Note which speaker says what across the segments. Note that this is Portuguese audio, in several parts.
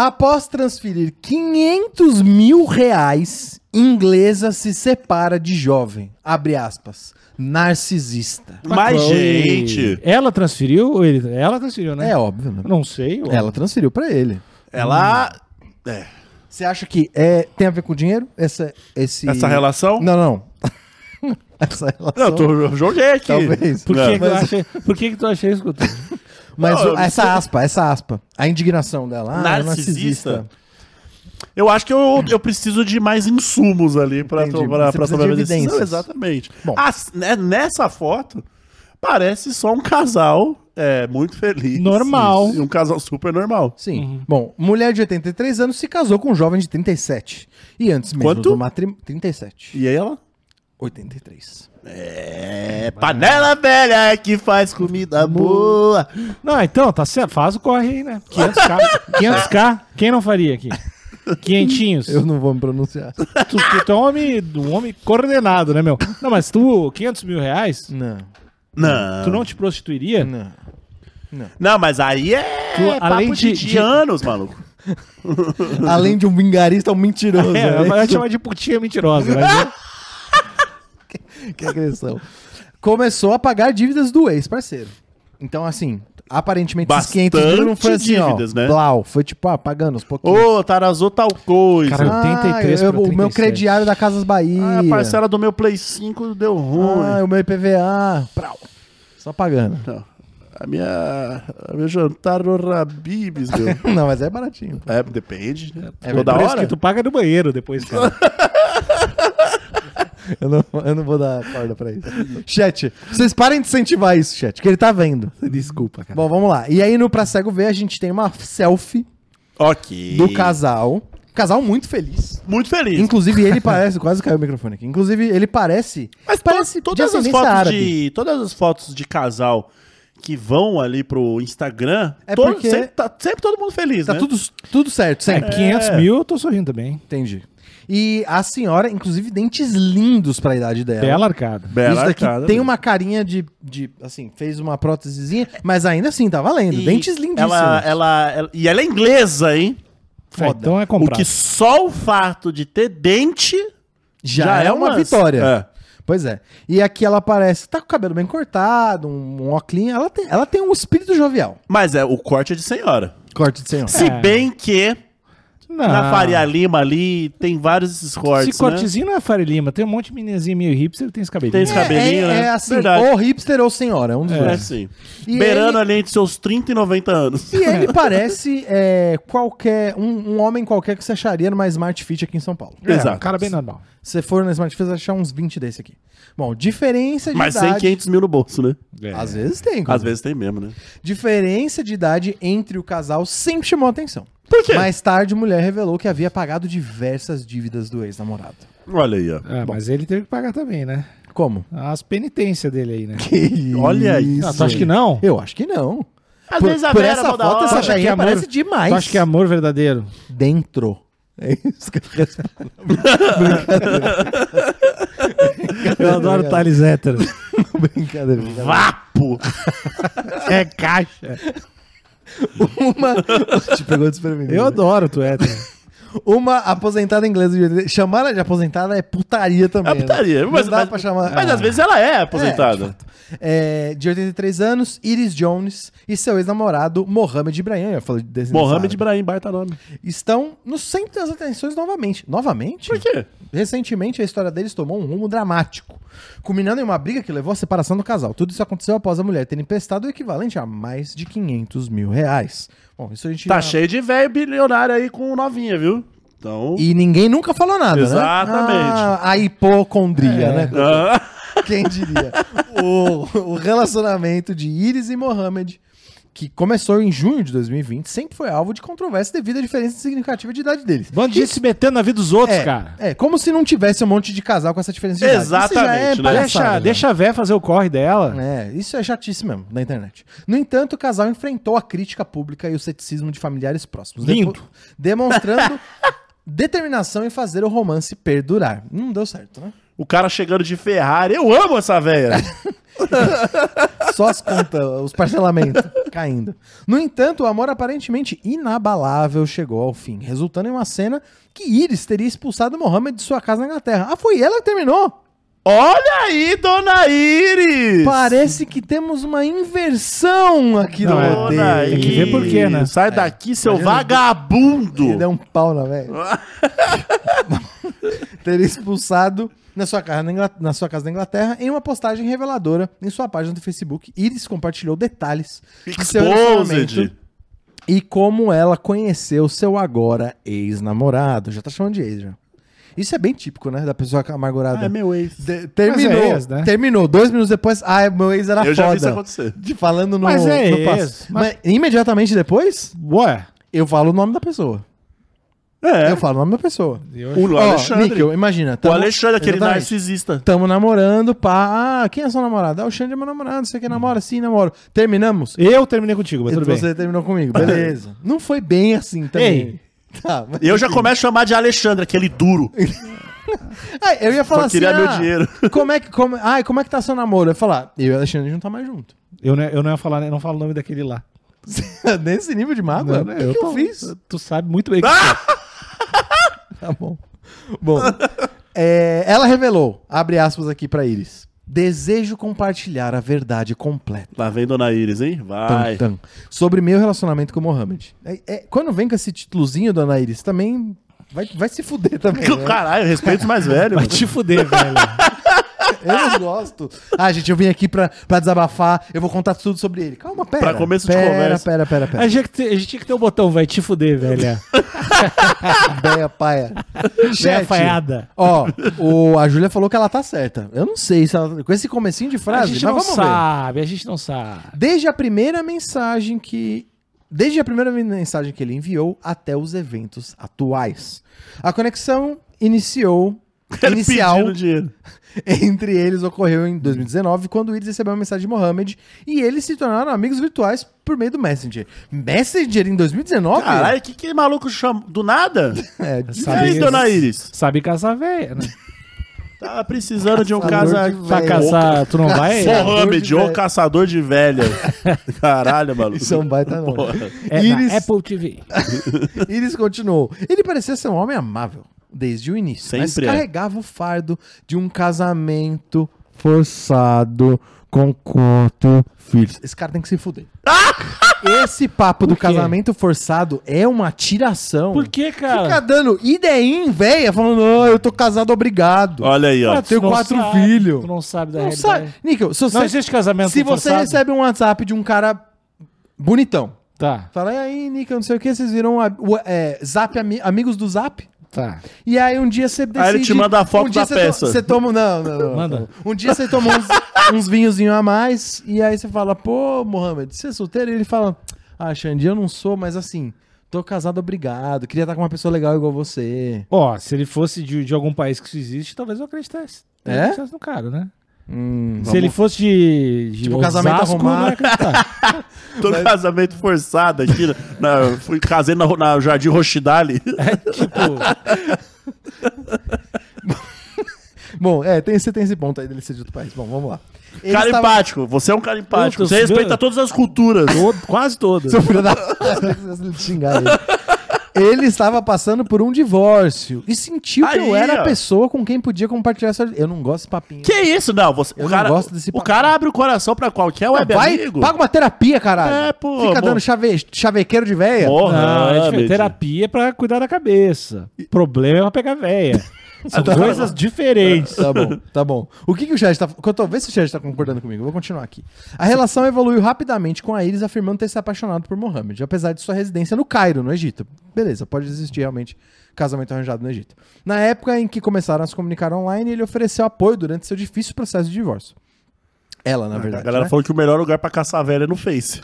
Speaker 1: Após transferir 500 mil reais, inglesa se separa de jovem. Abre aspas. Narcisista.
Speaker 2: Mas,
Speaker 3: Chloe-
Speaker 2: gente,
Speaker 3: Ela transferiu ou ele? Ela transferiu, né?
Speaker 1: É óbvio, né?
Speaker 3: Não sei.
Speaker 2: É.
Speaker 3: ó.
Speaker 1: Ela transferiu pra ele.
Speaker 2: ela. é,
Speaker 1: Você acha que é, tem a ver com dinheiro? Essa, esse...
Speaker 2: Essa relação?
Speaker 1: Não, não. Essa relação.
Speaker 2: Não, eu, tô, eu joguei aqui.
Speaker 1: Talvez.
Speaker 3: Por, que,
Speaker 2: Não.
Speaker 3: que eu achei, por que, que tu achei isso, Coutinho?
Speaker 1: Mas
Speaker 2: Não,
Speaker 1: o-
Speaker 2: eu-
Speaker 1: essa aspa, essa aspa. A indignação dela. Ah, narcisista.
Speaker 2: Narcisista. Eu acho que eu, eu preciso de mais insumos ali pra,
Speaker 1: Entendi. Você
Speaker 2: pra, pra
Speaker 1: precisa
Speaker 2: tomar
Speaker 1: de
Speaker 2: minha decisão.
Speaker 1: evidências.
Speaker 2: Exatamente.
Speaker 1: Bom.
Speaker 2: As- né, nessa foto, parece só um casal é, muito feliz.
Speaker 3: Normal.
Speaker 2: E um casal super normal.
Speaker 1: Sim. Bom, mulher de 83 anos se casou com um jovem de 37. E antes mesmo
Speaker 2: Quanto?
Speaker 1: do matrimônio... 37.
Speaker 2: E aí ela?
Speaker 1: 83.
Speaker 2: É panela velha que faz comida boa.
Speaker 3: Não, então, tá certo. Faz o corre aí, né? 500k. 500k. Quem não faria aqui? Quinhentinhos.
Speaker 1: Eu não vou me pronunciar.
Speaker 3: Tu, tu, tu é um homem, um homem coordenado, né, meu? Não, mas tu, 500 mil reais,
Speaker 1: Não,
Speaker 2: Não.
Speaker 3: tu não te prostituiria?
Speaker 1: não.
Speaker 2: Não, mas aí é
Speaker 3: Tu,
Speaker 2: papo
Speaker 3: além
Speaker 2: de,
Speaker 3: de-
Speaker 2: de
Speaker 3: de-
Speaker 2: anos, maluco.
Speaker 1: Além de um vingarista, é um mentiroso.
Speaker 3: É,
Speaker 1: né?
Speaker 3: eu ia chamar de putinha mentirosa, né?
Speaker 1: Que agressão. Começou a pagar dívidas do ex-parceiro. Então, assim, aparentemente
Speaker 2: Bastante
Speaker 1: mil não foi assim,
Speaker 2: dívidas,
Speaker 1: ó.
Speaker 2: né?
Speaker 1: Blau, foi tipo, ah, pagando uns pouquinhos. Ah,
Speaker 2: Ô, Tarazô, tal coisa.
Speaker 3: Cara, 83 pra
Speaker 1: O meu
Speaker 3: 37.
Speaker 1: crediário da Casas Bahia.
Speaker 2: Ah, a parcela do meu Play 5 deu ruim.
Speaker 1: Ah, o meu IPVA. Prau. Só pagando.
Speaker 2: Não. Então, A minha. A meu jantar no Rabibs, meu.
Speaker 1: Não, mas é baratinho. pô.
Speaker 2: é, depende, né?
Speaker 1: É
Speaker 2: Toda
Speaker 3: Por isso
Speaker 2: hora.
Speaker 3: que tu paga no banheiro depois, cara.
Speaker 1: Eu não, eu não vou dar corda pra isso. chat, vocês parem de incentivar isso, chat, que ele tá vendo.
Speaker 2: Desculpa, cara.
Speaker 1: Bom, vamos lá. E aí no Pra Cego Ver a gente tem uma selfie
Speaker 2: Ok.
Speaker 1: do casal. Casal muito feliz.
Speaker 2: Muito feliz.
Speaker 1: Inclusive, ele parece. quase caiu o microfone aqui. Inclusive, ele parece.
Speaker 2: Mas to-
Speaker 1: parece de
Speaker 2: todas as
Speaker 1: ascendência
Speaker 2: fotos
Speaker 1: árabe.
Speaker 2: de. Todas as fotos de casal que vão ali pro Instagram,
Speaker 1: É
Speaker 2: todo-
Speaker 1: porque-
Speaker 2: sempre, tá- sempre todo mundo feliz,
Speaker 1: Tá
Speaker 2: né?
Speaker 1: tudo, tudo certo,
Speaker 3: É,
Speaker 1: sempre.
Speaker 3: 500 mil, eu tô sorrindo também. hein?
Speaker 1: Entendi. E a senhora, inclusive, dentes lindos pra idade
Speaker 2: É.
Speaker 1: dela.
Speaker 3: Bela arcada.
Speaker 2: Bela
Speaker 1: Isso daqui
Speaker 2: arcada,
Speaker 1: tem
Speaker 2: né?
Speaker 1: uma carinha de, de. Assim, fez uma prótesezinha, mas ainda assim, tá valendo.
Speaker 2: E
Speaker 1: Dentes lindíssimos.
Speaker 2: Ela, ela, ela- e ela é inglesa, hein?
Speaker 1: Foda.
Speaker 3: Então é
Speaker 2: O
Speaker 3: comprado.
Speaker 2: que só o fato de ter dente
Speaker 1: já, é uma
Speaker 2: lance.
Speaker 1: vitória.
Speaker 2: É.
Speaker 1: Pois é. E aqui ela parece. Tá com o cabelo bem cortado, um, um óculinho. Ela tem, ela tem um espírito jovial.
Speaker 2: Mas é, o corte é de senhora.
Speaker 1: Corte de senhor.
Speaker 2: Se
Speaker 3: É. Ah.
Speaker 2: bem que
Speaker 3: Não.
Speaker 2: na Faria Lima ali tem vários esses cortes. né?
Speaker 3: Esse
Speaker 1: né?
Speaker 3: cortezinho não é Faria Lima. Tem um monte de meninazinha meio hipster que tem esse cabelinho.
Speaker 2: Tem esse
Speaker 3: É.
Speaker 2: cabelo. cabelinho,
Speaker 1: é,
Speaker 2: né?
Speaker 1: é assim,
Speaker 2: Verdade.
Speaker 1: ou hipster ou senhora, é um dos
Speaker 2: Né? É,
Speaker 1: dois.
Speaker 2: sim.
Speaker 1: E
Speaker 2: Beirando
Speaker 1: ele-
Speaker 2: ali entre seus 30 e 90 anos.
Speaker 1: E ele parece é, qualquer um, um homem qualquer que você acharia numa Smart Fit aqui em São Paulo.
Speaker 3: É,
Speaker 2: Exato.
Speaker 3: um cara bem normal.
Speaker 1: Se você for na Smart Fit, você vai achar uns 20 desse aqui. Bom, diferença de
Speaker 2: Mas sem
Speaker 1: idade...
Speaker 2: 500 mil no bolso, né?
Speaker 1: Às vezes tem.
Speaker 2: Às
Speaker 1: cara.
Speaker 2: vezes tem mesmo, né?
Speaker 1: Diferença de idade entre o casal sempre chamou atenção.
Speaker 2: Por quê?
Speaker 1: Mais tarde, mulher revelou que havia pagado diversas dívidas do ex-namorado.
Speaker 2: Olha aí, ó.
Speaker 3: É, mas ele teve que pagar também, né?
Speaker 1: Como?
Speaker 3: As penitências dele aí, né?
Speaker 2: Olha isso.
Speaker 3: Ah, tu acha que não?
Speaker 1: Eu acho que não.
Speaker 2: Às
Speaker 1: por
Speaker 2: vezes a
Speaker 1: por
Speaker 2: Vera
Speaker 1: essa
Speaker 2: mó da
Speaker 1: foto,
Speaker 2: hora.
Speaker 1: essa
Speaker 3: Acha que
Speaker 1: jainha
Speaker 3: amor-
Speaker 1: parece demais.
Speaker 3: Tu acha que é amor verdadeiro?
Speaker 1: dentro. É isso que eu respondo.
Speaker 3: Eu adoro
Speaker 2: tá-
Speaker 3: Thales hétero.
Speaker 1: Brincadeira. brincadeira.
Speaker 2: Vapo!
Speaker 3: É caixa.
Speaker 1: Uma. Te pegou desprevenido.
Speaker 3: Eu
Speaker 1: né?
Speaker 3: adoro tu
Speaker 2: é,
Speaker 3: hétero.
Speaker 1: Uma aposentada inglesa. de 80. Chamar ela de aposentada é putaria também.
Speaker 2: É putaria.
Speaker 1: Né?
Speaker 2: Mas,
Speaker 1: Não dá
Speaker 2: mas-
Speaker 1: pra chamar.
Speaker 2: mas
Speaker 1: Ah.
Speaker 2: às vezes ela é
Speaker 1: É,
Speaker 2: aposentada.
Speaker 1: de fato. É, de 83 anos, Iris Jones e seu ex-namorado Mohamed Ibrahim. Eu falei desse
Speaker 2: Mohamed Ibrahim, baita nome.
Speaker 1: Estão no centro das atenções novamente. Novamente?
Speaker 2: Por quê?
Speaker 1: Recentemente, a história deles tomou um rumo dramático, culminando em uma briga que levou à separação do casal. Tudo isso aconteceu após a mulher ter emprestado o equivalente a mais de 500 mil reais. Bom, isso a gente.
Speaker 2: Tá
Speaker 1: já-
Speaker 2: cheio de velho bilionário aí com novinha, viu? Então.
Speaker 1: E ninguém nunca falou nada,
Speaker 2: Exatamente.
Speaker 1: né? Ah, a hipocondria, né?
Speaker 2: Ah,
Speaker 1: Quem diria? o, o relacionamento de Iris e Mohamed, que começou em junho de 2020, sempre foi alvo de controvérsia devido à diferença significativa de idade deles.
Speaker 3: Bando de gente se metendo na vida dos outros,
Speaker 1: É,
Speaker 3: cara.
Speaker 1: é, como se não tivesse um monte de casal com essa diferença de idade. Isso já é
Speaker 2: Exatamente, né?
Speaker 1: palhaçada,
Speaker 3: Deixa,
Speaker 1: né?
Speaker 3: deixa a véia fazer o corre dela.
Speaker 1: É, isso é chatice mesmo, na internet. No entanto, o casal enfrentou a crítica pública e o ceticismo de familiares próximos.
Speaker 3: Lindo.
Speaker 1: depo- Demonstrando determinação em fazer o romance perdurar. Não deu certo, né?
Speaker 2: O cara chegando de Ferrari. Eu amo essa véia.
Speaker 1: Só as contas, os parcelamentos caindo. No entanto, o amor aparentemente inabalável chegou ao fim, resultando em uma cena que Iris teria expulsado Mohammed de sua casa na Inglaterra. Ah, foi ela que terminou!
Speaker 2: Olha aí, dona Iris.
Speaker 1: Parece que temos uma inversão aqui
Speaker 3: Não,
Speaker 1: no
Speaker 3: é.
Speaker 1: roteiro.
Speaker 2: Dona
Speaker 3: Tem que ver por quê, né? é
Speaker 2: Sai daqui, seu
Speaker 1: Imagina- Ele
Speaker 2: vagabundo.
Speaker 1: deu um pau na velha. Teria expulsado na sua, casa na, Ingla- na sua casa na Inglaterra em uma postagem reveladora em sua página do Facebook. Iris compartilhou detalhes
Speaker 3: um
Speaker 1: de seu relacionamento
Speaker 2: Exposed.
Speaker 1: e como ela conheceu seu agora ex-namorado. Já tá chamando de ex, já. Isso é bem típico, né? Da pessoa
Speaker 3: É,
Speaker 1: amargurada.
Speaker 2: É meu ex.
Speaker 1: De- terminou,
Speaker 3: Mas é ex, né?
Speaker 1: terminou. Dois minutos depois, ah, meu ex
Speaker 3: tá
Speaker 1: era
Speaker 2: Eu já vi
Speaker 1: foda.
Speaker 2: isso acontecer.
Speaker 1: De falando no,
Speaker 3: Mas é
Speaker 1: no
Speaker 3: ex,
Speaker 1: passado.
Speaker 3: mas-
Speaker 1: Mas imediatamente depois,
Speaker 3: Ué,
Speaker 1: eu falo o nome da pessoa.
Speaker 2: É.
Speaker 1: Eu falo o nome da pessoa.
Speaker 3: eu um
Speaker 2: O
Speaker 1: Ó,
Speaker 2: Alexandre.
Speaker 1: Níquel, imagina.
Speaker 2: o
Speaker 1: tamo-
Speaker 2: Alexandre, aquele
Speaker 1: Exatamente.
Speaker 2: narcisista.
Speaker 1: Tamo namorando, pá. Ah, quem é seu namorado? Ah, o Xande é meu namorado. Você que namora? Sim, namoro. Terminamos?
Speaker 3: Eu terminei contigo, mas tudo bem.
Speaker 1: Você terminou comigo, beleza. Não foi bem assim também. Tá, mas-
Speaker 2: Eu já começo a chamar de Alexandre, aquele duro.
Speaker 1: Ah, eu ia falar
Speaker 2: Só
Speaker 1: assim.
Speaker 2: queria meu
Speaker 1: ah,
Speaker 2: dinheiro.
Speaker 1: Como é que, como, ai, como é que tá seu namoro? Eu ia falar, eu e o Alexandre a gente não tá mais junto.
Speaker 3: Eu não, eu não ia falar, eu não falo o nome daquele lá.
Speaker 1: Nesse nível de mágoa?
Speaker 3: Não,
Speaker 1: o
Speaker 3: não,
Speaker 1: que, que eu
Speaker 3: tô-
Speaker 1: fiz? Ah!
Speaker 3: Tu sabe muito bem. que- é.
Speaker 1: Tá bom. Bom, é, ela revelou, abre aspas aqui pra Iris. Desejo compartilhar a verdade completa.
Speaker 2: Lá vem Dona Iris, hein? Vai.
Speaker 1: Tan, tan. Sobre meu relacionamento com o Mohamed. É- é, quando vem com esse titulozinho, dona Iris, também vai, vai se fuder também. né?
Speaker 2: Caralho, respeito os mais velho.
Speaker 3: Vai
Speaker 2: mano.
Speaker 3: te fuder, velho.
Speaker 1: Eu não gosto. Ah, gente, eu vim aqui pra, pra desabafar, eu vou contar tudo sobre ele. Calma, pera.
Speaker 2: Pra começo de
Speaker 1: pera,
Speaker 2: conversa.
Speaker 1: Pera, pera, pera,
Speaker 3: A gente, a gente tinha que ter o botão, vai te fuder, velha.
Speaker 1: Véia paia.
Speaker 3: Véia
Speaker 1: Chat,
Speaker 3: falhada.
Speaker 1: Ó, o, a Júlia falou que ela tá certa. Eu não sei se ela, com esse comecinho de
Speaker 3: A
Speaker 1: frase,
Speaker 3: gente
Speaker 1: mas
Speaker 3: não
Speaker 1: vamos ver.
Speaker 3: sabe, a gente não sabe.
Speaker 1: Desde a primeira mensagem que. Desde a primeira mensagem que ele enviou até os eventos atuais. A conexão iniciou.
Speaker 2: Ele
Speaker 1: Inicial
Speaker 2: pedindo dinheiro.
Speaker 1: entre eles ocorreu em 2019, quando Iris recebeu uma mensagem de Mohamed e eles se tornaram amigos virtuais por meio do Messenger. Messenger em 2019?
Speaker 2: Caralho, o que que maluco chama? Do nada?
Speaker 1: É,
Speaker 2: E
Speaker 3: Sabe
Speaker 2: aí,
Speaker 3: isso.
Speaker 2: Dona Iris?
Speaker 3: Sabe casar velha, né?
Speaker 2: Tava precisando de um casa...
Speaker 1: Caçador de
Speaker 3: Pra
Speaker 1: Velha.
Speaker 3: casar, tu não vai?
Speaker 1: Caçador
Speaker 2: Mohamed,
Speaker 1: de
Speaker 2: ô
Speaker 1: velha.
Speaker 2: caçador de velha. Caralho, maluco.
Speaker 1: Isso é um baita nome.
Speaker 2: Porra.
Speaker 3: É na
Speaker 1: Iris-
Speaker 3: Apple TV.
Speaker 1: Iris continuou. Ele parecia ser um homem amável desde o início, mas
Speaker 2: Sempre é.
Speaker 1: carregava o fardo de um casamento forçado com quatro filhos. Esse cara tem que se fuder. Esse papo do
Speaker 3: quê?
Speaker 1: casamento forçado é uma tiração.
Speaker 3: Por que,
Speaker 1: Fica
Speaker 3: cara?
Speaker 1: dando ideia velha, falando, "Ah, eu tô casado, obrigado.
Speaker 2: Olha aí, ó.
Speaker 1: Ué, tenho
Speaker 3: Tu não
Speaker 1: quatro
Speaker 3: sabe,
Speaker 1: filhos.
Speaker 3: Tu não sabe da
Speaker 1: Não
Speaker 3: realidade.
Speaker 1: sabe. Níquel, se você,
Speaker 3: né? Não existe casamento
Speaker 1: se você
Speaker 3: forçado.
Speaker 1: recebe um WhatsApp de um cara bonitão,
Speaker 3: Tá,
Speaker 1: fala, e aí, Níquel, não sei o que, vocês viram a- o- é, Zap ami- amigos do Zap?
Speaker 3: tá.
Speaker 1: E aí um dia você decide...
Speaker 2: Aí ele te manda a foto
Speaker 1: um dia
Speaker 2: da
Speaker 1: você
Speaker 2: peça.
Speaker 1: to- Você toma... Não, não, não.
Speaker 3: Manda.
Speaker 1: Um dia você toma uns, uns vinhozinhos a mais e aí você fala, pô, Mohamed, você é solteiro? E ele fala, ah, Xandi, eu não sou, mas assim, tô casado, obrigado. Queria estar com uma pessoa legal igual você.
Speaker 3: Ó, se ele fosse de, de algum país que isso existe, talvez eu acreditasse. Eu
Speaker 1: É?
Speaker 3: acreditasse no cara, né?
Speaker 1: Hum,
Speaker 3: Se ele fosse de, de
Speaker 1: Tipo, casamento
Speaker 3: Osasco, né?
Speaker 1: arrumado.
Speaker 3: eu não ia acreditar.
Speaker 2: Tô no casamento forçado aqui. né? Na, fui casei na, na Jardim Rochidale.
Speaker 3: tipo,
Speaker 1: Bom, é, tem, você tem esse ponto aí dele ser de outro país. Bom, vamos lá. Ele
Speaker 2: Cara
Speaker 1: estava-
Speaker 2: empático. Você é um cara empático.
Speaker 3: Eu tô
Speaker 2: Você respeita
Speaker 3: sendo-
Speaker 2: todas as culturas.
Speaker 3: todo- quase todos.
Speaker 1: Seu filho da... Ele xingar ele. Ele estava passando por um divórcio e sentiu que
Speaker 2: Aí,
Speaker 1: eu era a
Speaker 2: ó.
Speaker 1: pessoa com quem podia compartilhar sua... Eu não gosto desse papinho.
Speaker 2: Que isso? Não, você,
Speaker 1: Eu
Speaker 2: o
Speaker 1: não
Speaker 2: cara,
Speaker 1: gosto desse
Speaker 2: o
Speaker 1: papo.
Speaker 2: cara abre o coração pra qualquer
Speaker 1: Não,
Speaker 2: web
Speaker 1: vai,
Speaker 2: amigo.
Speaker 1: paga uma terapia, caralho.
Speaker 2: É, pô,
Speaker 1: Fica
Speaker 2: bom.
Speaker 1: dando chave... chavequeiro de véia.
Speaker 2: Porra,
Speaker 3: Não, é diferente.
Speaker 2: Ahmed.
Speaker 3: terapia é pra cuidar da cabeça. Problema é pra pegar véia. São coisas diferentes.
Speaker 1: Tá bom, tá bom. O que, que o chat tá. Cotô, vê se o chat tá concordando comigo. Eu vou continuar aqui. A relação evoluiu rapidamente com a Iris afirmando ter se apaixonado por Mohammed, apesar de sua residência no Cairo, no Egito. Beleza, pode existir realmente casamento arranjado no Egito. Na época em que começaram a se comunicar online, ele ofereceu apoio durante seu difícil processo de divórcio. Ela, na
Speaker 2: Ah, A
Speaker 1: verdade.
Speaker 2: galera
Speaker 1: né?
Speaker 2: falou que o melhor lugar pra caçar velha é no Face.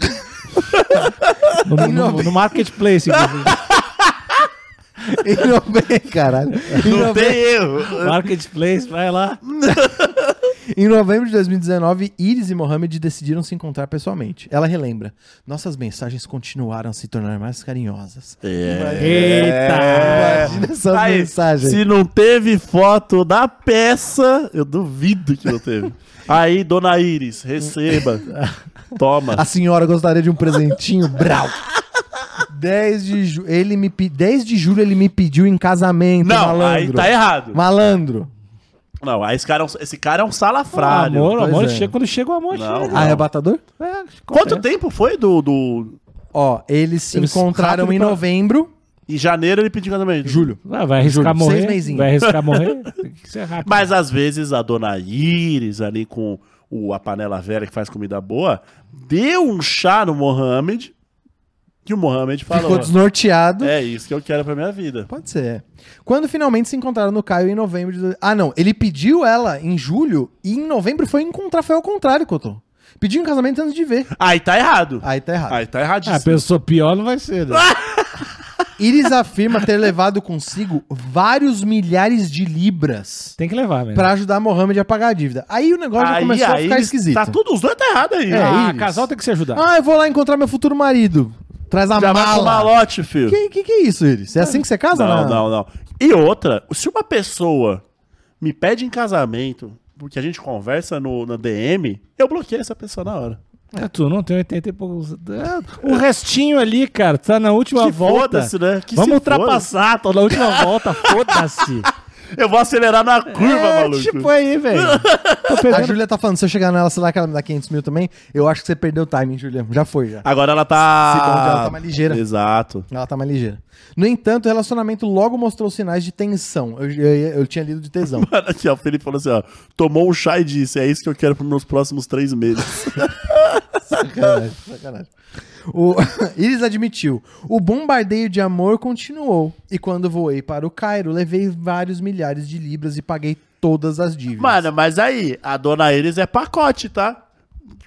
Speaker 3: No, no- no marketplace, inclusive.
Speaker 1: Em nove- Caralho. Em
Speaker 2: Não
Speaker 1: nove-
Speaker 2: tem erro.
Speaker 3: Marketplace, vai lá.
Speaker 1: Em novembro de 2019, Iris e Mohamed decidiram se encontrar pessoalmente. Ela relembra: Nossas mensagens continuaram a se tornar mais carinhosas.
Speaker 2: É.
Speaker 3: Eita!
Speaker 1: nessas
Speaker 2: Aí,
Speaker 1: mensagens.
Speaker 2: se não teve foto da peça, eu duvido que não teve. Aí, dona Iris, receba. Toma.
Speaker 1: A senhora gostaria de um presentinho? Brau! 10 de, ju ele me pe- 10 de julho ele me pediu em casamento,
Speaker 2: não,
Speaker 1: malandro.
Speaker 2: aí tá errado.
Speaker 1: Malandro.
Speaker 2: Não, aí esse cara é um, esse cara é um salafrário.
Speaker 3: Amor,
Speaker 1: pois
Speaker 3: amor,
Speaker 1: é.
Speaker 3: chega, quando chega o amor,
Speaker 2: Não. Ah,
Speaker 3: chega.
Speaker 1: Arrebatador?
Speaker 3: É,
Speaker 2: Quanto
Speaker 3: acontece.
Speaker 2: tempo foi do, do...
Speaker 1: Ó, eles se
Speaker 3: Eles
Speaker 1: encontraram
Speaker 3: rápido
Speaker 1: em
Speaker 3: pra-
Speaker 1: novembro.
Speaker 2: Em janeiro ele pediu casamento.
Speaker 1: Julho.
Speaker 3: Ah, vai arriscar
Speaker 1: Juro, seis
Speaker 3: morrer.
Speaker 1: mesinhos.
Speaker 3: vai arriscar morrer. Tem que ser rápido.
Speaker 2: Mas às vezes a dona Iris, ali com o, a panela velha que faz comida boa, deu um chá no Mohamed, que o Mohamed
Speaker 1: Ficou
Speaker 2: falou.
Speaker 1: desnorteado.
Speaker 2: É isso que eu quero pra minha vida.
Speaker 1: Pode ser. é. Quando finalmente se encontraram no Caio em novembro de... Ah, não. Ele pediu ela em julho e em novembro foi encontrar. Foi ao contrário, Cotô. Pediu em casamento antes de ver.
Speaker 2: Aí tá errado.
Speaker 1: Aí tá errado.
Speaker 2: Aí tá
Speaker 3: Ah,
Speaker 2: erradíssimo.
Speaker 3: pessoa pior não vai ser. né?
Speaker 2: Ah!
Speaker 1: Iris afirma ter levado consigo vários milhares de libras
Speaker 3: Tem que levar, mesmo.
Speaker 1: pra ajudar Mohamed a pagar a dívida. Aí o negócio já começou a ficar
Speaker 2: eles-
Speaker 1: esquisito.
Speaker 2: Tá tudo, os dois tá errado aí.
Speaker 3: É, ah,
Speaker 1: isso.
Speaker 3: casal tem que se ajudar.
Speaker 1: Ah, eu vou lá encontrar meu futuro marido. Traz a
Speaker 2: Já vai com
Speaker 1: Tá mala.
Speaker 2: malote, filho.
Speaker 1: Que, que que é isso, Iris? É assim que você casa?
Speaker 2: Não, não, não. E outra, se uma pessoa me pede em casamento, porque a gente conversa no, na DM, eu bloqueio essa pessoa na hora.
Speaker 3: É, tu não tem 80 e poucos. É, O restinho ali, cara, tá na última
Speaker 2: Que
Speaker 3: volta.
Speaker 2: foda-se, né? Que
Speaker 3: Vamos
Speaker 2: se
Speaker 3: ultrapassar, tô na última volta, foda-se.
Speaker 2: Eu vou acelerar na curva,
Speaker 3: É,
Speaker 2: maluco.
Speaker 3: tipo aí, velho. Tô
Speaker 1: A
Speaker 3: pegando.
Speaker 1: Júlia tá falando, se eu chegar nela, sei lá que ela me dá 500 mil também, eu acho que você perdeu o timing, Júlia. Já foi, já.
Speaker 2: Agora ela
Speaker 1: Se
Speaker 2: tá.
Speaker 1: congelar, ela tá mais ligeira.
Speaker 2: Exato.
Speaker 1: Ela tá mais ligeira. No entanto, o relacionamento logo mostrou sinais de tensão. Eu, eu- eu tinha lido de tesão.
Speaker 2: Mano, aqui, ó, o Felipe falou assim: ó, tomou um chá e disse, é isso que eu quero pros meus próximos três meses.
Speaker 1: sacanagem, sacanagem. O Iris admitiu. O bombardeio de amor continuou. E quando voei para o Cairo, levei vários milhares de libras e paguei todas as dívidas.
Speaker 2: Mano, mas aí, a dona Iris é pacote, tá?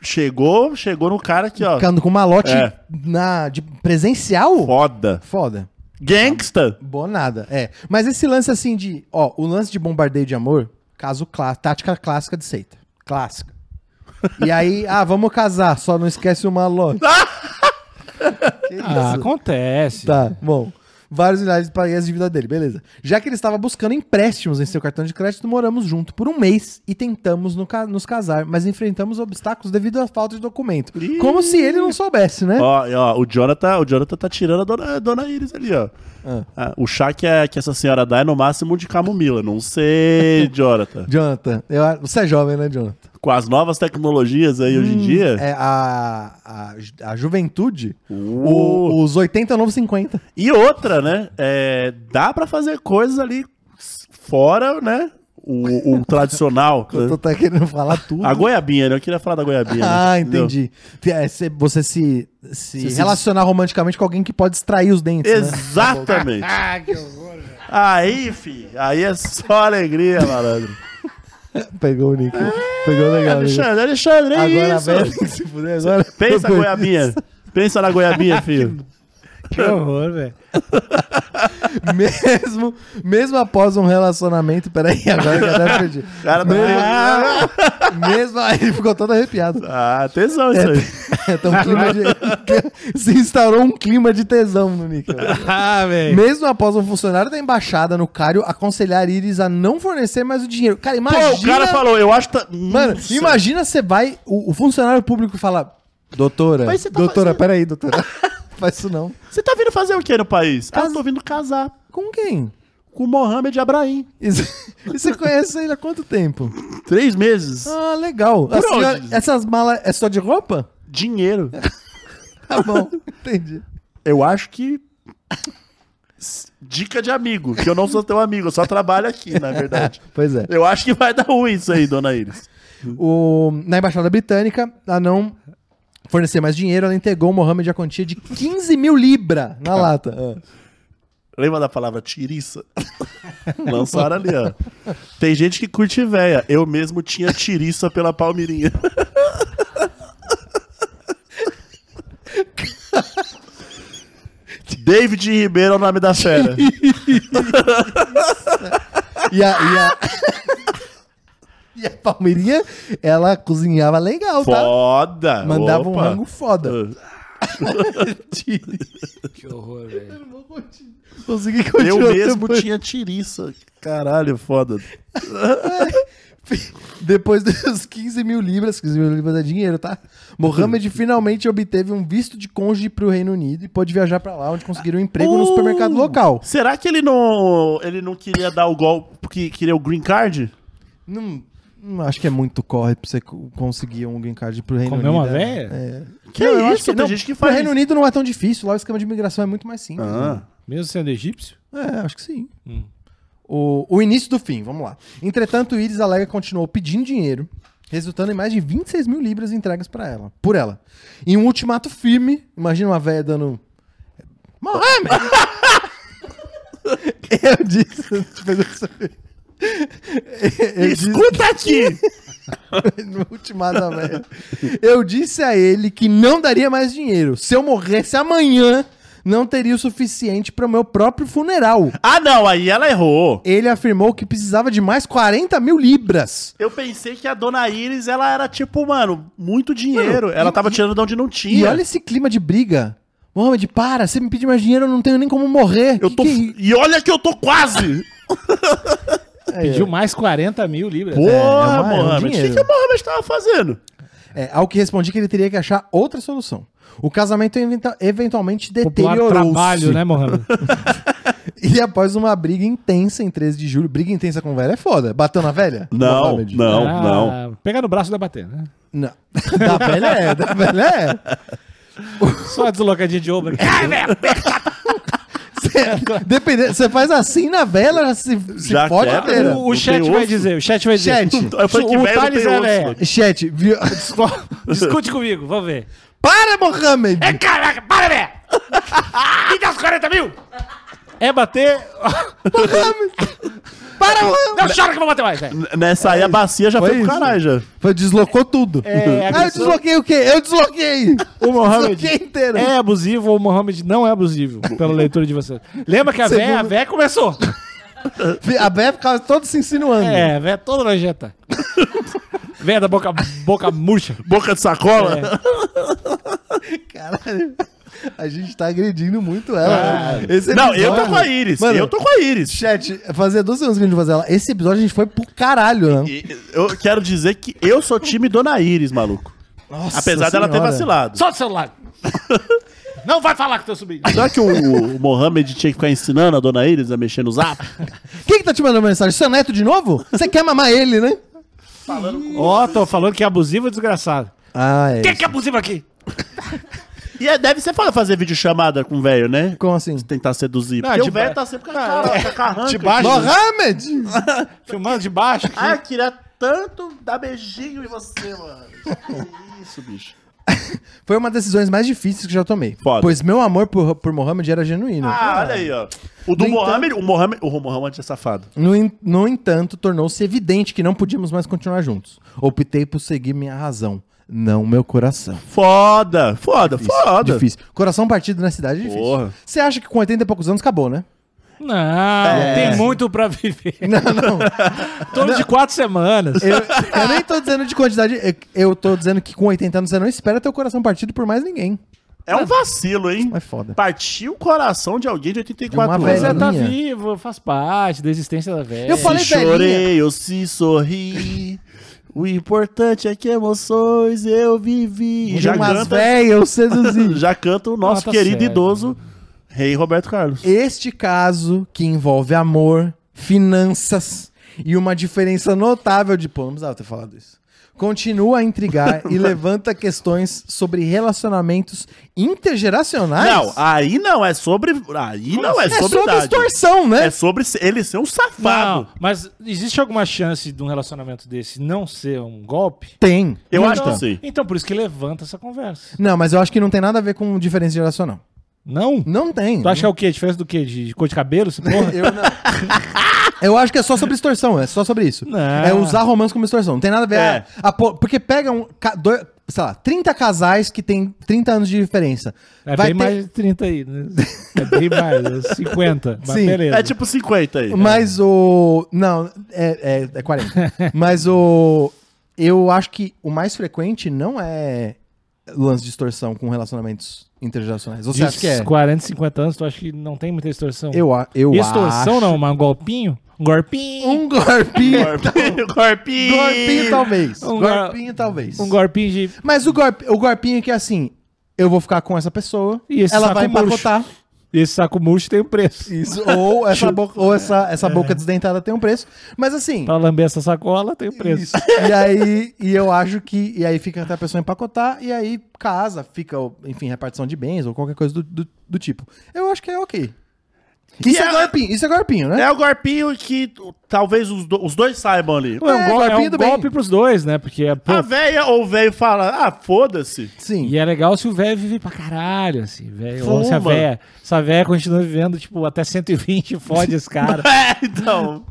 Speaker 2: Chegou, chegou no cara aqui, ó.
Speaker 1: Ficando com malote
Speaker 2: É.
Speaker 1: na, de presencial?
Speaker 2: Foda.
Speaker 1: Foda.
Speaker 2: Gangsta.
Speaker 1: Boa nada, é. Mas esse lance assim de, ó, o lance de bombardeio de amor, caso clá- tática clássica de seita. Clássica. E aí, ah, vamos casar, só não esquece o malote. que isso?
Speaker 3: Ah, acontece.
Speaker 1: Tá, bom. Vários milhares de paguei as dívidas dele, beleza. Já que ele estava buscando empréstimos em seu cartão de crédito, moramos junto por um mês e tentamos no ca- nos casar, mas enfrentamos obstáculos devido à falta de documento.
Speaker 2: Ih.
Speaker 1: Como se ele não soubesse, né?
Speaker 2: Ó, e ó, o Jonathan, o Jonathan tá tirando a dona, a dona Iris ali, ó.
Speaker 1: Ah.
Speaker 2: Ah, o chá que, é, que essa senhora dá é no máximo de camomila. Não sei, Jonathan.
Speaker 1: Jonathan, eu a- você é jovem, né, Jonathan?
Speaker 2: Com as novas tecnologias aí hoje em dia.
Speaker 1: É, a, a, ju- a juventude,
Speaker 2: Uh.
Speaker 1: o- os 80 é o novo 50.
Speaker 2: E outra, né? é, dá pra fazer coisas ali fora, né? O, o tradicional.
Speaker 1: Eu tô tá querendo falar tudo.
Speaker 2: A goiabinha, né? Eu queria falar da goiabinha. né?
Speaker 1: ah,
Speaker 2: Entendeu?
Speaker 1: entendi. É, cê- você se, se
Speaker 2: se-
Speaker 1: relacionar romanticamente com alguém que pode extrair os dentes, né?
Speaker 2: Exatamente. Aí, fi, aí é só alegria, malandro.
Speaker 1: Pegou o Nick. Pegou legal. legal.
Speaker 2: Alexandre, Alexandre, é
Speaker 1: Agora
Speaker 2: isso.
Speaker 1: velho tem que se fuder agora.
Speaker 2: Pensa a goiabinha. Pensa na goiabinha, filho.
Speaker 3: Que horror, velho.
Speaker 1: mesmo, mesmo após um relacionamento. Peraí, agora que eu até perdi.
Speaker 2: Cara, tá meio-
Speaker 1: Mesmo. aí Ele ficou todo arrepiado.
Speaker 2: Ah, tesão isso aí.
Speaker 1: Então, um clima de- se instaurou um clima de tesão no Nick. agora.
Speaker 3: Ah, velho.
Speaker 1: Mesmo após um funcionário da embaixada no Cário aconselhar Iris a não fornecer mais o dinheiro. Cara,
Speaker 2: Pô,
Speaker 1: É, imagina.
Speaker 2: o cara falou, eu acho que tá...
Speaker 1: Mano,
Speaker 2: Nossa.
Speaker 1: imagina você vai, o, o funcionário público fala: Doutora,
Speaker 2: Mas você tá
Speaker 1: doutora,
Speaker 2: fazendo-
Speaker 1: peraí, doutora. Faz isso não.
Speaker 2: Você tá vindo fazer o que no país? Ah,
Speaker 1: Cas-
Speaker 2: eu tô vindo casar
Speaker 1: Com quem?
Speaker 2: com o Mohamed Abrahim.
Speaker 1: E você- e você conhece ele há quanto tempo?
Speaker 2: Três meses.
Speaker 1: Ah, legal. A
Speaker 2: Por
Speaker 1: senhora-
Speaker 2: onde?
Speaker 1: essas malas é só de roupa?
Speaker 2: Dinheiro.
Speaker 1: Tá bom, entendi.
Speaker 2: Eu acho que... Dica de amigo, que eu não sou teu amigo, eu só trabalho aqui, na verdade.
Speaker 1: Pois é.
Speaker 2: Eu acho que vai dar ruim isso aí, dona Iris.
Speaker 1: O- na Embaixada Britânica, a não fornecer mais dinheiro, ela entregou o Mohamed a quantia de 15 mil libra na lata. Ah.
Speaker 2: Lembra da palavra tiriça? Lançaram ali, ó. Tem gente que curte véia. Eu mesmo tinha tiriça pela Palmirinha. David Ribeiro é o nome da fera.
Speaker 1: E a, e a... e a Palmeirinha, ela cozinhava legal, tá?
Speaker 2: Foda!
Speaker 1: Mandava um
Speaker 2: Opa. Ah.
Speaker 1: rango foda.
Speaker 4: Que horror, velho.
Speaker 1: Consegui
Speaker 2: Eu
Speaker 1: continuar.
Speaker 2: mesmo
Speaker 1: depois,
Speaker 2: tinha tiriça. Caralho, foda.
Speaker 1: depois dos 15 mil libras, 15 mil libras é dinheiro, tá? Mohamed finalmente obteve um visto de cônjuge pro Reino Unido e pôde viajar pra lá, onde conseguiu um emprego no
Speaker 2: Uh!
Speaker 1: supermercado local.
Speaker 2: Será que ele não, ele não queria dar o golpe porque queria o green card?
Speaker 1: Não, não acho que é muito corre pra você co- conseguir um green card pro Reino
Speaker 3: Comer
Speaker 1: Unido.
Speaker 3: uma
Speaker 1: é-
Speaker 3: véia?
Speaker 1: É.
Speaker 2: Que
Speaker 1: Não, eu acho
Speaker 2: isso? Tem
Speaker 1: não,
Speaker 2: gente que
Speaker 1: Pro
Speaker 2: faz.
Speaker 1: Reino Unido não é tão difícil, lá o esquema de imigração é muito mais simples. né?
Speaker 2: Ah,
Speaker 3: Mesmo sendo egípcio?
Speaker 1: É, acho que sim.
Speaker 3: Hum.
Speaker 1: O, o início do fim, vamos lá. Entretanto, Iris alega que continuou pedindo dinheiro, resultando em mais de 26 mil libras entregas para ela, por ela. Em um ultimato firme, imagina uma velha dando. Mohamed! Eu disse. Eu disse
Speaker 2: Escuta aqui!
Speaker 1: no ultimato da velha. Eu disse a ele que não daria mais dinheiro. Se eu morresse amanhã, não teria o suficiente para o meu próprio funeral.
Speaker 2: Ah, não, aí ela errou.
Speaker 1: Ele afirmou que precisava de mais 40 mil libras.
Speaker 2: Eu pensei que a dona Iris, ela era tipo, mano, muito dinheiro. ela tava tirando de onde não tinha.
Speaker 1: E olha esse clima de briga. Mohamed, para, você me pediu mais dinheiro, eu não tenho nem como morrer.
Speaker 2: eu
Speaker 1: Que é
Speaker 2: tô,
Speaker 1: que-
Speaker 2: E olha que é eu tô quase! É.
Speaker 3: Pediu mais 40 mil libras.
Speaker 2: Porra,
Speaker 1: é um
Speaker 2: Mohamed. O que,
Speaker 1: dinheiro.
Speaker 2: que o Mohamed tava fazendo?
Speaker 1: É, ao que respondi que ele teria que achar outra solução. O casamento inventa- eventualmente
Speaker 3: Popular
Speaker 1: deteriorou-se.
Speaker 3: trabalho, né, Mohamed?
Speaker 1: E após uma briga intensa em 13 de julho. Briga intensa com velha é foda. Bateu na velha?
Speaker 2: Não,
Speaker 1: Mohamed?
Speaker 2: não,
Speaker 3: Ah,
Speaker 2: não.
Speaker 3: Pegar no braço da bater, né?
Speaker 1: Não. Da velha é, da velha é.
Speaker 3: Só a deslocadinha de ombro. aqui.
Speaker 1: Cê, dependendo, você faz assim na velha, ela se, se
Speaker 2: Já
Speaker 1: fode
Speaker 2: quebra
Speaker 1: inteira.
Speaker 3: o o
Speaker 2: Não
Speaker 3: chat
Speaker 2: tem
Speaker 3: vai
Speaker 2: osso?
Speaker 3: dizer, o chat vai dizer.
Speaker 1: Chat.
Speaker 2: Eu falei que
Speaker 3: o
Speaker 2: velho não
Speaker 3: Thales
Speaker 2: tem
Speaker 3: é
Speaker 2: osso.
Speaker 3: velho.
Speaker 1: Chat, viu?
Speaker 3: Discute comigo, vamos ver.
Speaker 1: Para, Mohamed!
Speaker 3: É Caraca, para, velho! Me dá os 40 mil! É bater...
Speaker 1: Para, Mohamed!
Speaker 3: Não chora que eu vou bater mais, velho!
Speaker 2: N- Nessa aí a bacia já
Speaker 1: Foi
Speaker 2: É foi, pro
Speaker 1: isso.
Speaker 2: caralho, já.
Speaker 1: Foi, deslocou tudo.
Speaker 3: É,
Speaker 1: ah, eu
Speaker 3: agressão.
Speaker 1: desloquei o quê? Eu desloquei!
Speaker 3: O Mohamed
Speaker 1: desloquei inteiro.
Speaker 3: é abusivo ou o Mohamed não é abusivo, pela leitura de vocês. Lembra que a
Speaker 1: Segundo-
Speaker 3: véia, a véia começou.
Speaker 1: A Bé ficava toda se insinuando.
Speaker 3: É, a véia toda nojenta. Véia da boca, boca murcha.
Speaker 2: Boca de sacola?
Speaker 1: Caralho. A gente tá agredindo muito ela.
Speaker 2: Ah.
Speaker 1: né? Esse
Speaker 2: Não, eu tô
Speaker 1: episódio-
Speaker 2: com a Iris.
Speaker 1: Mano,
Speaker 2: eu tô com a Iris.
Speaker 1: Chat, fazia 12 anos que a gente fazia ela. Esse episódio a gente foi pro caralho, né?
Speaker 2: E Eu quero dizer que eu sou time Dona Iris, maluco.
Speaker 1: Nossa
Speaker 2: Apesar dela ter
Speaker 1: senhora.
Speaker 2: vacilado.
Speaker 3: Solta o celular. Não vai falar com teu sobrinho.
Speaker 2: Será que o, o Mohamed tinha que ficar ensinando a Dona Iris a mexer no zap?
Speaker 1: Quem que tá te mandando mensagem? Seu neto de novo? Você quer mamar ele, né?
Speaker 3: Ó, tô falando que é abusivo ou desgraçado?
Speaker 1: Ah, é.
Speaker 3: Quem que é abusivo aqui?
Speaker 2: E é- deve ser foda fazer videochamada com o velho, né?
Speaker 1: Como assim?
Speaker 2: Tentar seduzir.
Speaker 3: Não,
Speaker 2: Porque
Speaker 3: de
Speaker 2: o velho
Speaker 3: ba-
Speaker 2: tá sempre com a cara, com a carranca. tipo,
Speaker 3: De baixo.
Speaker 1: Mohamed!
Speaker 3: Filmando de baixo.
Speaker 2: Ah, eu queria tanto dar beijinho em você, mano. Que isso, bicho.
Speaker 1: Foi uma das decisões mais difíceis que já tomei.
Speaker 2: Foda.
Speaker 1: Pois meu amor por, por Mohamed era genuíno.
Speaker 2: Ah, olha aí, ó. O do
Speaker 1: No
Speaker 2: Mohamed, o Mohamed, o Mohamed é safado.
Speaker 1: No, en- no entanto, tornou-se evidente que não podíamos mais continuar juntos. Optei por seguir minha razão, não meu coração.
Speaker 2: Foda, foda, foda.
Speaker 1: Difícil. Coração partido na cidade é difícil.
Speaker 2: Porra.
Speaker 1: Você acha que com 80 e poucos anos acabou, né?
Speaker 3: Não, tem muito pra viver.
Speaker 1: Não, não.
Speaker 3: Todo de quatro semanas.
Speaker 1: Eu, eu nem tô dizendo de quantidade. eu- Eu tô dizendo que com 80 anos você não espera ter o coração partido por mais ninguém.
Speaker 2: É um vacilo, hein?
Speaker 1: Mas foda.
Speaker 2: Partiu o coração de alguém de 84
Speaker 1: É uma
Speaker 2: anos.
Speaker 3: Mas ela tá
Speaker 1: velhinha.
Speaker 3: viva, faz parte da existência da velha.
Speaker 1: Eu falei-
Speaker 2: Se chorei ou se sorri. O importante é que emoções eu vivi.
Speaker 1: De
Speaker 2: Já
Speaker 1: umas
Speaker 2: canta,
Speaker 1: velhas eu seduzi.
Speaker 2: já canta o
Speaker 3: Ah,
Speaker 2: nosso
Speaker 3: tá
Speaker 2: querido
Speaker 3: certo.
Speaker 2: idoso, Rei Roberto Carlos.
Speaker 1: Este caso, que envolve amor, finanças e uma diferença notável de. Pô, não precisava ter falado isso. Continua a intrigar e levanta questões sobre relacionamentos intergeracionais.
Speaker 2: Não, aí não é sobre. Aí não é
Speaker 1: é
Speaker 2: sobre.
Speaker 1: sobre
Speaker 2: idade.
Speaker 1: extorsão, né?
Speaker 2: É sobre se- ele ser um safado.
Speaker 3: Não, mas existe alguma chance de um relacionamento desse não ser um golpe?
Speaker 1: Tem.
Speaker 2: Eu
Speaker 1: Muita.
Speaker 2: acho que sim.
Speaker 3: Então por isso que levanta essa conversa.
Speaker 1: Não, mas eu acho que não tem nada a ver com diferença geracional.
Speaker 3: Não?
Speaker 1: Não tem.
Speaker 3: Tu acha que é o quê? A diferença do quê? De de cor de cabelo? essa porra?
Speaker 1: Eu não. Eu acho que é só sobre extorsão, é só sobre isso.
Speaker 3: Não.
Speaker 1: É usar romance como extorsão. Não tem nada a ver.
Speaker 2: É.
Speaker 1: ah, a po- porque pegam, ca- dois, sei lá, 30 casais que tem 30 anos de diferença.
Speaker 3: É
Speaker 1: Vai ter-
Speaker 3: bem mais de 30 aí, né? É bem mais, é 50. Mas
Speaker 1: Sim.
Speaker 3: beleza.
Speaker 2: É tipo 50 aí.
Speaker 1: Mas o. Não, é, é, é 40. Mas o. Eu acho que o mais frequente não é lance de distorção com relacionamentos intergeracionais? Você
Speaker 3: De
Speaker 1: acha que é?
Speaker 3: 40, 50 anos, tu acha que não tem muita distorção?
Speaker 1: Eu, a- eu
Speaker 3: distorção
Speaker 1: acho.
Speaker 3: não, mas um golpinho? Um golpinho?
Speaker 1: Um
Speaker 2: É,
Speaker 1: golpinho. Um
Speaker 2: Corpinho, corpinho.
Speaker 1: Golpinho talvez.
Speaker 3: Um gol-
Speaker 1: golpinho talvez.
Speaker 3: Um, golpinho de...
Speaker 1: Mas o, golpe, o golpinho é que é assim, eu vou ficar com essa pessoa,
Speaker 3: E esse
Speaker 1: ela
Speaker 3: saco
Speaker 1: vai
Speaker 3: murcho.
Speaker 1: empacotar.
Speaker 3: Esse saco murcho tem um preço.
Speaker 1: Isso, ou essa, boca, ou essa, essa
Speaker 2: É.
Speaker 1: boca desdentada tem um preço. Mas assim,
Speaker 2: Tá
Speaker 3: Pra lamber essa sacola, tem um preço.
Speaker 1: Isso. E aí, e eu acho que. E aí fica até a pessoa empacotar, e aí casa, fica, enfim, repartição de bens ou qualquer coisa do, do, do tipo. Eu acho que é ok. Isso é,
Speaker 2: é-
Speaker 1: golpinho, isso é golpinho, né?
Speaker 2: É o golpinho que t- talvez os, do- os dois saibam ali.
Speaker 3: Pô, é um,
Speaker 1: É,
Speaker 3: gol- é
Speaker 1: golpinho
Speaker 3: um
Speaker 1: do bem. Ah,
Speaker 3: golpe pros dois, né? Porque, pô,
Speaker 2: A véia ou o velho fala, ah, foda-se.
Speaker 1: Sim.
Speaker 3: E é legal se o velho vive pra caralho, assim, velho. Ou se a
Speaker 2: Fuma.
Speaker 3: véia, se a véia continua vivendo, tipo, até 120, fode esse cara.
Speaker 2: É, então.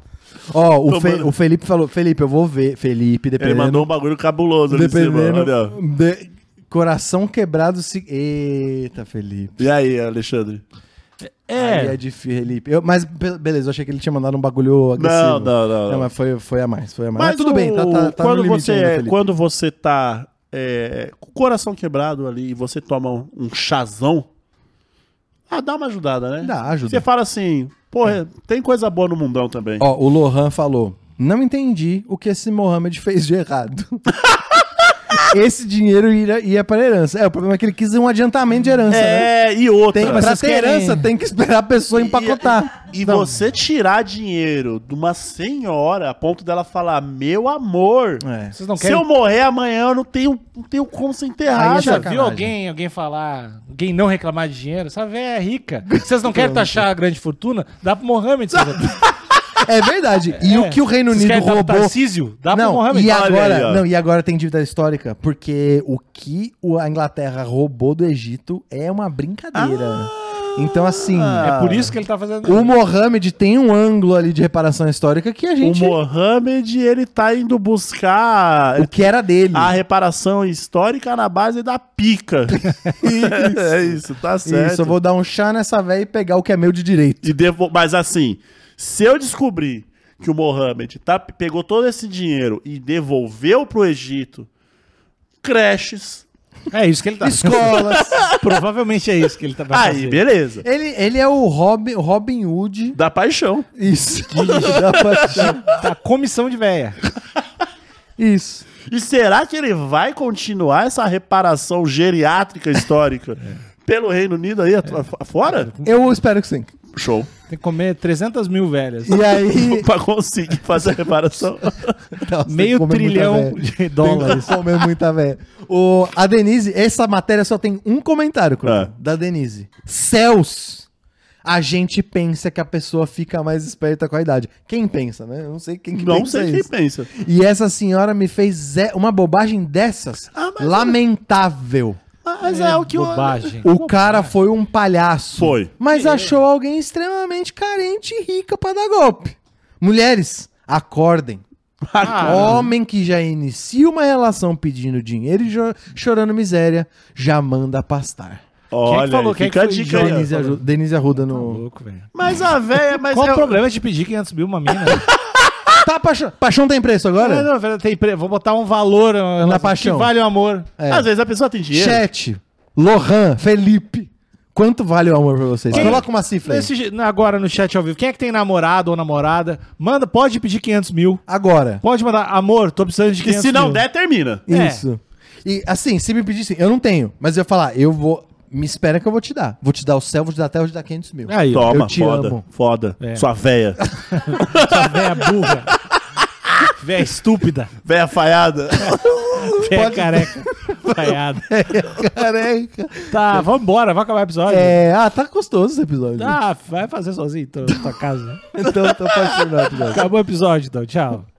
Speaker 1: Ó, o,
Speaker 2: Tô
Speaker 1: Fe-
Speaker 2: mandando-
Speaker 1: o Felipe falou: Felipe, eu vou ver. Felipe,
Speaker 2: Ele
Speaker 1: dependendo.
Speaker 2: mandou um bagulho cabuloso ali em cima. Olha.
Speaker 1: Dependendo. de- Coração quebrado. Se... Eita, Felipe.
Speaker 2: E aí, Alexandre?
Speaker 1: Aí é de Felipe. Eu- mas be- beleza, eu achei que ele tinha mandado um bagulho agressivo.
Speaker 2: Não, não, não.
Speaker 1: É, mas foi, foi a mais, foi a mais. Mas, tudo
Speaker 2: o-
Speaker 1: bem, tá, tá, tá
Speaker 2: quando
Speaker 1: no limite
Speaker 2: você é-
Speaker 1: ainda, Felipe.
Speaker 2: Quando você tá é, com o coração quebrado ali e você toma um, um chazão, ah, dá uma ajudada, né?
Speaker 1: Dá, ajuda. É.
Speaker 2: Você fala assim, porra, tem coisa boa no mundão também.
Speaker 1: Ó, o Lohan falou: Não entendi o que esse Mohamed fez de errado. esse dinheiro ia, ia para herança. É, o problema é que ele quis um adiantamento de herança, né?
Speaker 2: é, e outra.
Speaker 1: Tem, pra ter
Speaker 3: vocês querem-
Speaker 1: herança, tem que esperar a pessoa empacotar.
Speaker 2: E, e
Speaker 1: Não.
Speaker 2: você tirar dinheiro de uma senhora a ponto dela falar, meu amor,
Speaker 1: É.
Speaker 3: Vocês não
Speaker 2: se eu
Speaker 3: querem.
Speaker 2: morrer amanhã, eu não tenho, não tenho como ser enterrado.
Speaker 1: Aí é
Speaker 3: Já
Speaker 1: sacanagem.
Speaker 3: viu alguém, alguém falar, alguém não reclamar de dinheiro? Essa véia é rica. Vocês não querem taxar a grande fortuna? Dá pro Mohamed. vocês-
Speaker 1: É verdade. E
Speaker 3: É.
Speaker 1: o que o Reino
Speaker 3: Vocês
Speaker 1: Unido
Speaker 3: querem dar pro
Speaker 1: roubou.
Speaker 3: Tarcísio? Dá pro
Speaker 1: Não,
Speaker 3: Mohamed.
Speaker 1: e
Speaker 2: Olha
Speaker 1: agora,
Speaker 2: aí, ó.
Speaker 1: não, e agora tem dívida histórica, porque o que o- a Inglaterra roubou do Egito é uma brincadeira. então, assim,
Speaker 3: É por isso que ele tá fazendo.
Speaker 1: o Mohamed tem um ângulo ali de reparação histórica que a gente.
Speaker 2: O Mohamed, ele tá indo buscar.
Speaker 1: O que era dele.
Speaker 2: A reparação histórica na base da pica. é isso, tá certo.
Speaker 1: Isso, eu vou dar um chá nessa véia e pegar o que é meu de direito.
Speaker 2: E devo- Mas assim, se eu descobrir que o Mohamed tá... pegou todo esse dinheiro e devolveu pro Egito creches,
Speaker 3: É isso que ele tá
Speaker 1: Escolas.
Speaker 3: Provavelmente é isso que ele tá vai
Speaker 2: aí
Speaker 3: fazer.
Speaker 2: beleza.
Speaker 1: ele, ele é o Robin, Robin Hood.
Speaker 2: Da paixão.
Speaker 1: Isso. Da paixão.
Speaker 3: Tá comissão de véia.
Speaker 1: Isso.
Speaker 2: E será que ele vai continuar essa reparação geriátrica histórica pelo Reino Unido aí at- fora?
Speaker 1: Eu espero que sim.
Speaker 2: Show.
Speaker 3: Tem que comer 300 mil velhas.
Speaker 1: E aí.
Speaker 2: pra conseguir fazer a reparação.
Speaker 1: Nossa, tem que
Speaker 3: Meio
Speaker 1: comer muita
Speaker 3: trilhão
Speaker 1: véia.
Speaker 3: de
Speaker 1: Tem
Speaker 3: dólares.
Speaker 1: que comer muita véia. O, a Denise, essa matéria só tem um comentário, Cruza,
Speaker 2: É.
Speaker 1: da Denise. Céus! A gente pensa que a pessoa fica mais esperta com a idade. Quem pensa, né? Eu não sei quem que
Speaker 2: Não
Speaker 1: pensa
Speaker 2: sei
Speaker 1: isso.
Speaker 2: quem pensa.
Speaker 1: E essa senhora me fez ze- uma bobagem dessas.
Speaker 2: Ah, mas-
Speaker 1: Lamentável.
Speaker 2: Mas é, o que
Speaker 3: Bobagem.
Speaker 1: O cara foi um palhaço.
Speaker 2: assim? Foi.
Speaker 1: Mas achou alguém extremamente carente e rica pra dar golpe. Mulheres, acordem.
Speaker 3: Ah,
Speaker 1: Homem que já inicia uma relação pedindo dinheiro e jo- chorando miséria, já manda pastar.
Speaker 2: Olha,
Speaker 3: falou?
Speaker 2: aí,
Speaker 3: Quem é
Speaker 2: fica
Speaker 3: que foi?
Speaker 2: a dica aí, ó.
Speaker 1: Denise, Aju- Denise Arruda
Speaker 3: Tá
Speaker 1: no.
Speaker 3: louco, velho.
Speaker 2: Mas a véia, mas
Speaker 3: Qual
Speaker 2: é-
Speaker 3: o problema de pedir 500 mil uma mina?
Speaker 1: Tá, paixão. Paixão tem preço
Speaker 3: É, Não,
Speaker 1: agora?
Speaker 3: não, pera, tem pre- vou botar um valor uh,
Speaker 1: Na
Speaker 3: que
Speaker 1: paixão.
Speaker 3: vale o amor.
Speaker 1: É.
Speaker 2: Às vezes a pessoa tem dinheiro.
Speaker 1: Chat, Lohan, Felipe. Quanto vale o amor pra vocês?
Speaker 3: Quem-
Speaker 1: Coloca uma cifra aí.
Speaker 3: Nesse je- na- agora no chat ao vivo, quem é que tem namorado ou namorada? Manda, pode pedir 500 mil.
Speaker 1: Agora.
Speaker 3: Pode mandar, amor, tô precisando de
Speaker 2: Que
Speaker 3: 500
Speaker 2: se não
Speaker 3: mil.
Speaker 2: der, termina.
Speaker 3: É.
Speaker 1: Isso. E assim, se me pedissem, eu não tenho, mas eu ia falar, eu vou. Me espera que eu vou te dar. Vou te dar o céu, vou te dar até, vou te dar 500 mil.
Speaker 3: Aí, ó,
Speaker 2: Toma,
Speaker 1: eu te
Speaker 2: foda,
Speaker 1: amo.
Speaker 2: foda.
Speaker 3: É.
Speaker 2: Sua véia.
Speaker 3: essa véia tá burra. véia estúpida.
Speaker 2: véia falhada.
Speaker 3: Véia careca. Vaiada.
Speaker 1: Careca.
Speaker 3: Tá, vambora, vai acabar o episódio.
Speaker 1: É, ah, tá gostoso esse episódio.
Speaker 3: Tá, vai fazer sozinho então, na tua casa.
Speaker 1: Então, tá apaixonado. já.
Speaker 3: Acabou o episódio então, tchau.